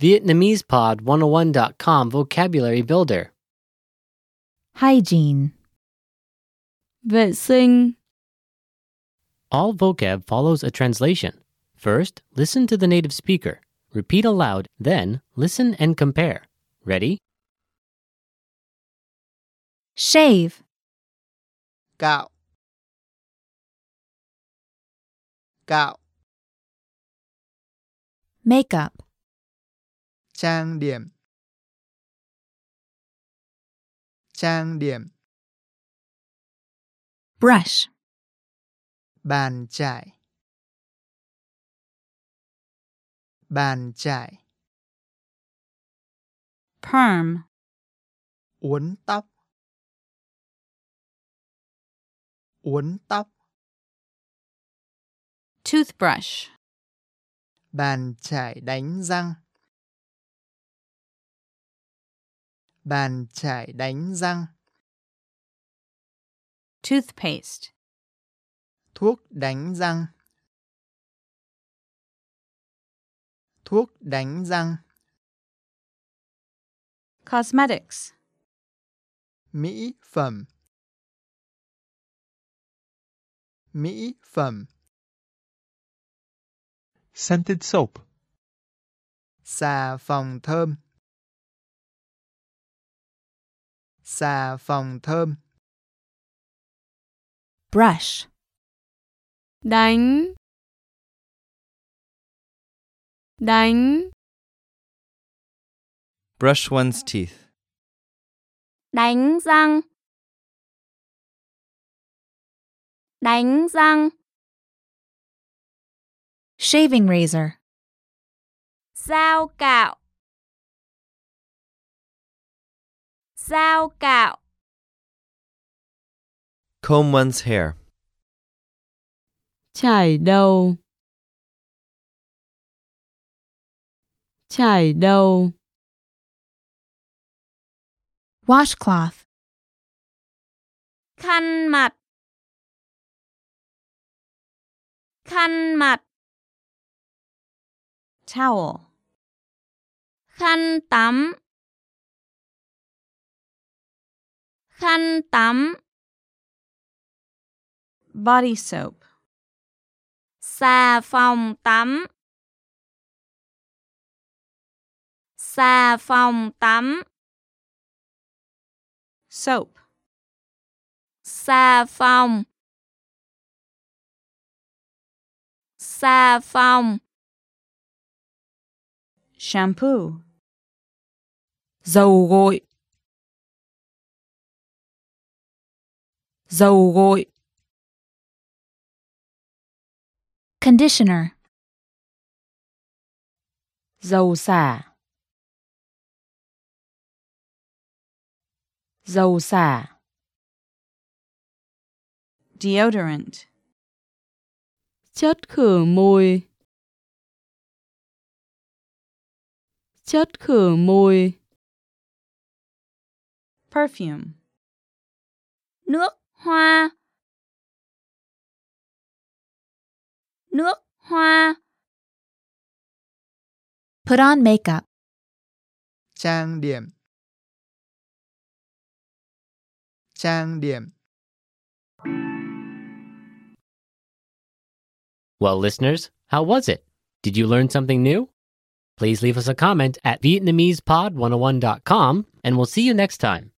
VietnamesePod101.com Vocabulary Builder. hygiene, vệ sinh All vocab follows a translation. First, listen to the native speaker. Repeat aloud, then, listen and compare. Ready? shave, cạo cạo makeup, trang điểm trang điểm brush, bàn chải bàn chải perm uốn tóc uốn tóc toothbrush bàn chải đánh răng bàn chải đánh răng toothpaste thuốc đánh răng thuốc đánh răng cosmetics mỹ phẩm mỹ phẩm scented soap, xà phòng thơm xà phòng thơm brush, đánh đánh Brush one's teeth. đánh răng đánh răng shaving razor, dao cạo dao cạo Comb one's hair. chải đầu chải đầu washcloth, khăn mặt khăn mặt towel khăn tắm khăn tắm body soap xà phòng tắm xà phòng tắm soap xà phòng xà phòng shampoo dầu gội dầu gội conditioner, dầu xả dầu xả deodorant chất khử mùi chất khử mùi perfume nước hoa nước hoa put on makeup, trang điểm trang điểm Well, listeners, how was it? Did you learn something new? oh Please leave us a comment at VietnamesePod101.com, and we'll see you next time.